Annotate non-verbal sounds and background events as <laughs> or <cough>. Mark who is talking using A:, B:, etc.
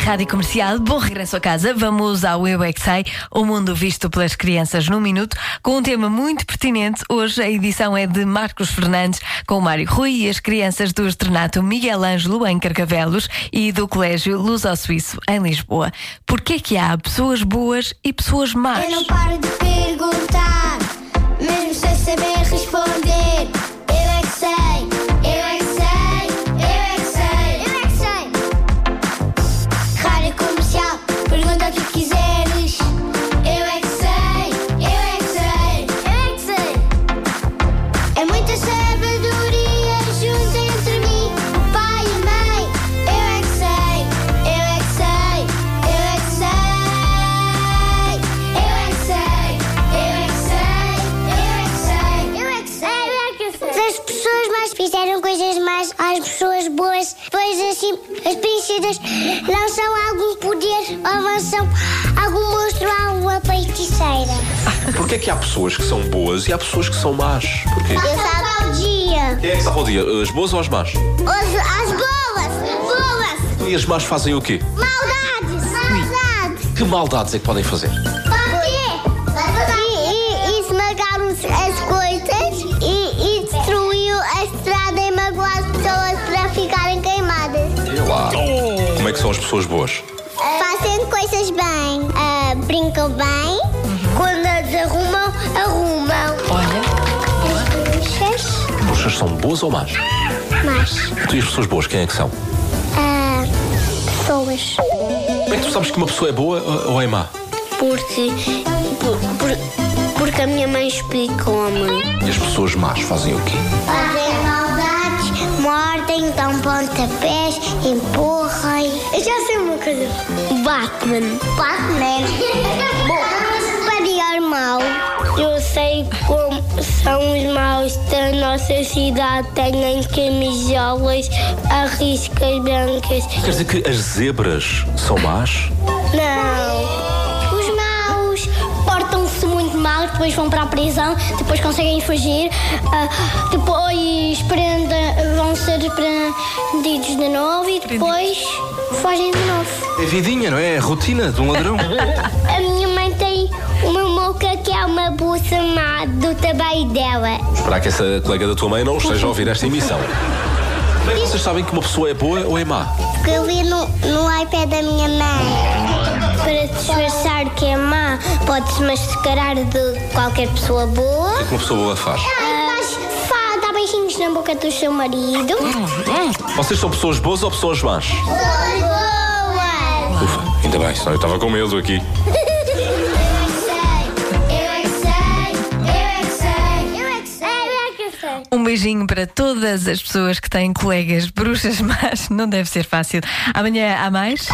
A: Rádio Comercial, bom regresso a casa. Vamos ao Eu é que Sei, o mundo visto pelas crianças num minuto, com um tema muito pertinente. Hoje a edição é de Marcos Fernandes, com o Mário Rui e as crianças do Estrenato Miguel Ângelo em Carcavelos e do Colégio Luz ao Suíço, em Lisboa. Porquê que há pessoas boas e pessoas más?
B: Eu não paro de perguntar, mesmo sem saber responder. Eu é que sei, eu é que sei, eu é que sei, eu é que sei. Rádio comercial, pergunta o que quiseres. Eu é que sei, eu é que sei, eu é que sei. É muita sabedoria junto entre mim, o pai e a mãe. Eu é que sei, eu é que sei, eu é que sei. Eu é que sei, eu é que sei, eu é que sei, eu é que sei. Se as pessoas mais fizeram coisas más às pessoas boas, pois assim as princesas não são algum poder ou não são algum monstro ou alguma feiticeira.
C: Porquê é que há pessoas que são boas e há pessoas que são más? Porquê?
B: Passava o dia.
C: Quem é que salva o dia? As boas ou as más?
B: Os, as boas, boas,
C: E as más fazem o quê?
B: maldades, maldades.
C: Que maldades é que podem fazer?
B: E, e esmagaram as coisas e, e destruiu a estrada e magoou as pessoas para ficarem queimadas.
C: Olha lá. Como é que são as pessoas boas?
B: Fazem coisas bem, ah, brincam bem. Quando as arrumam, arrumam.
A: Olha,
B: Bruxas,
C: As bruxas são boas ou más?
B: mas
C: Tu e as pessoas boas, quem é que são?
B: ah, pessoas.
C: Como é que tu sabes que uma pessoa é boa ou- ou é má?
B: Porque, porque a minha mãe explicou-me.
C: E as pessoas más fazem o quê?
B: Fazem maldades, mordem, dão pontapés, empurram. Eu já sei uma coisa. Batman. <laughs> Batman. Bom, superior mal. Eu sei como são os maus da nossa cidade. Têm camisolas a riscas brancas.
C: Quer dizer que as zebras são más?
B: Não. Os maus portam-se muito mal, depois vão para a prisão, depois conseguem fugir, ah, depois prendem- vão ser prendidos de novo e depois fogem de novo.
C: É vidinha, não é? É a rotina de um ladrão.
B: A minha mãe tem uma moca que é uma bolsa má do tamanho dela.
C: <laughs> Esperar que essa colega da tua mãe não esteja a ouvir esta emissão. Como é que vocês sabem que uma pessoa é boa ou é má?
B: que eu vi no, no iPad da minha mãe. Para disfarçar que é má, pode-se mascarar de qualquer pessoa boa.
C: O que uma pessoa boa faz?
B: Fala, dá beijinhos na boca do seu marido.
C: Vocês são pessoas boas ou pessoas más?
B: Boa!
C: Ufa, ainda bem, senão eu estava com medo aqui.
B: é é
A: um beijinho para todas as pessoas que têm colegas bruxas más. Não deve ser fácil. Amanhã há mais?